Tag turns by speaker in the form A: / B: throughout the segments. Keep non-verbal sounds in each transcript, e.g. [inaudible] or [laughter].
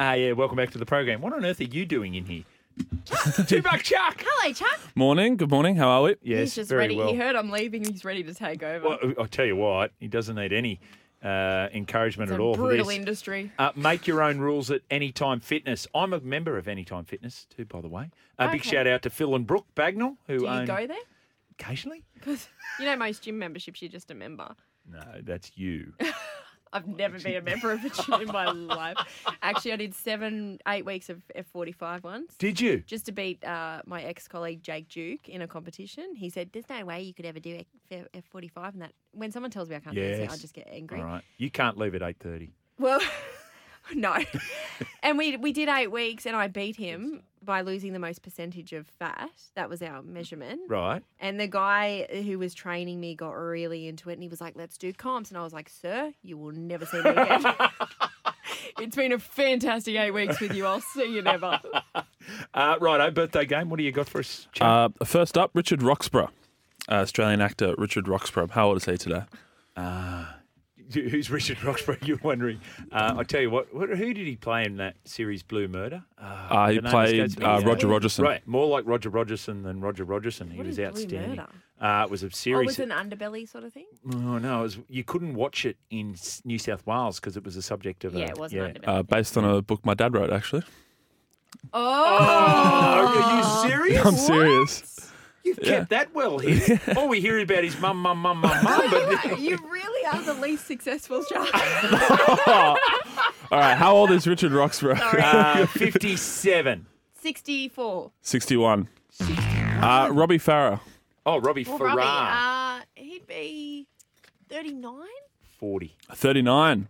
A: Ah, yeah, welcome back to the program. What on earth are you doing in here? [laughs] Chuck, two buck Chuck.
B: Hello, Chuck.
C: Morning. Good morning. How are we?
A: Yes,
B: He's just
A: very
B: ready.
A: well.
B: He heard I'm leaving. He's ready to take over.
A: Well, I'll tell you what, he doesn't need any uh, encouragement
B: it's a
A: at all for
B: brutal
A: this.
B: industry.
A: Uh, make your own rules at Anytime Fitness. I'm a member of Anytime Fitness too, by the way. A big
B: Okay.
A: shout out to Phil and Brooke Bagnall, who
B: Do you
A: own
B: go there?
A: occasionally.
B: Because you know most gym memberships, you're just a member.
A: No, that's
B: [laughs]
A: you.
B: I've never been a member of a gym
A: [laughs]
B: in my life. Actually, I did seven, eight weeks of F45 once.
A: Did you?
B: just to beat uh, my ex colleague Jake Duke in a competition, he said, "There's no way you could ever do F- F45." And that when someone tells me I can't do it, I
A: Yes.
B: just get angry.
A: All right. You can't leave at eight thirty.
B: Well, [laughs] no. and we we did eight weeks, and I beat him by losing the most percentage of fat. That was our measurement.
A: Right.
B: And the guy who was training me got really into it, and he was like, "Let's do comps," and I was like, "Sir, you will never see me again." it's been a fantastic eight weeks with you. I'll see you never.
A: Uh, righto, birthday game. What do you got for us? Chuck?
C: Uh, first up, Richard Roxburgh, uh, Australian actor Richard Roxburgh. How old is he today?
A: You- [laughs] Who's Richard Roxburgh? [laughs] You're wondering. Uh, I tell you what, what. Who did he play in that series, Blue Murder? Uh,
C: Uh, he
A: the name escapes
C: played
A: me.
C: uh,
A: He's
C: Roger
A: a-
C: Rogerson.
A: Right, more like Roger Rogerson than Roger Rogerson. He
B: What
A: was
B: is Blue
A: outstanding.
B: Murder?
A: Uh, it was a
B: Oh,
A: series.
B: was it an underbelly sort of thing.
A: oh no, it was, you couldn't watch it in S- New South Wales because it was the subject of a.
B: Yeah, it was an underbelly.
C: Uh, based on a book my dad wrote, actually.
B: Oh,
A: Oh, are you serious?
C: [laughs] I'm serious.
A: You've kept that well here.
C: [laughs]
A: All we hear about is mum, mum, mum, mum, mum.
B: [laughs]
A: But
B: you really are the least successful child.
C: All right. How old is Richard Roxburgh? [laughs]
A: uh, fifty-seven.
B: 64.
C: 61. Uh, Robbie Farah.
A: Oh, Robbie
B: Well,
A: Farrar,
B: Robbie, uh, he'd be 39?
A: forty.
C: 39.
A: Uh,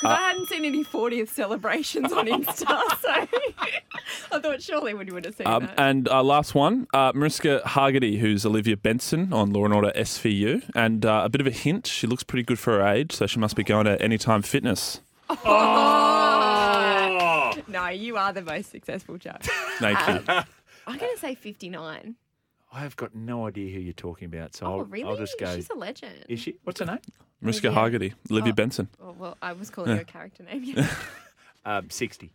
B: Because I hadn't seen any 40th celebrations on
A: [laughs]
B: Insta, so [laughs] I thought surely we would have seen
C: Um,
B: that.
C: and uh, last one, uh, Mariska Hargitay, who's Olivia Benson on Law and Order SVU. And uh, a bit of a hint, she looks pretty good for her age, so she must be going to Anytime Fitness.
A: Oh,
B: no, you are the most successful child.
C: Thank you. [laughs]
B: I'm going to say 59.
A: I've got no idea who you're talking about. So
B: Oh,
A: I'll,
B: really?
A: I'll just go.
B: She's a legend.
A: Is she? What's her name?
C: Mariska
B: Yeah.
C: Hargitay, Olivia Benson.
B: Oh, well, I was calling her a character name. Yeah.
A: [laughs] Um, Sixty.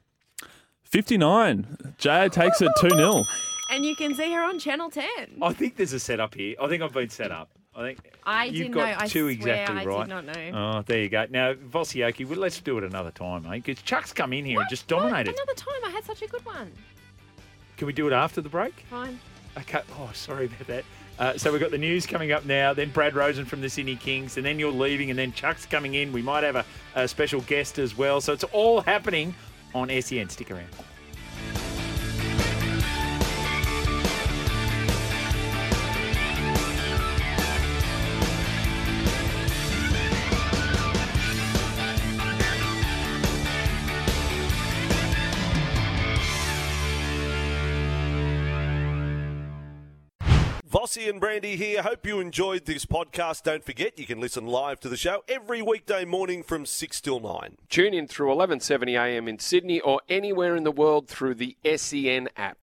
C: 59. Jay takes it 2 0.
B: and you can see her on Channel 10.
A: I think there's a setup here. I think I've been set up. I think
B: I
A: you've
B: didn't
A: got
B: know. I
A: two
B: swear
A: exactly
B: I did
A: right.
B: not know.
A: Oh, there you go. Now, Vossiaki, well, let's do it another time, mate. Because Chuck's come in here and just
B: What?
A: dominated.
B: Another time I had such a good one.
A: Can we do it after the break?
B: Fine.
A: Okay. Oh, sorry about that. Uh, so we've got the news coming up now, then Brad Rosen from the Sydney Kings, and then you're leaving, and then Chuck's coming in. We might have a, a special guest as well. So it's all happening on SEN. Stick around.
D: Vossi and Brandy here. Hope you enjoyed this podcast. Don't forget, you can listen live to the show every weekday morning from 6 till 9.
E: Tune in through 1170 AM in Sydney or anywhere in the world through the SEN app.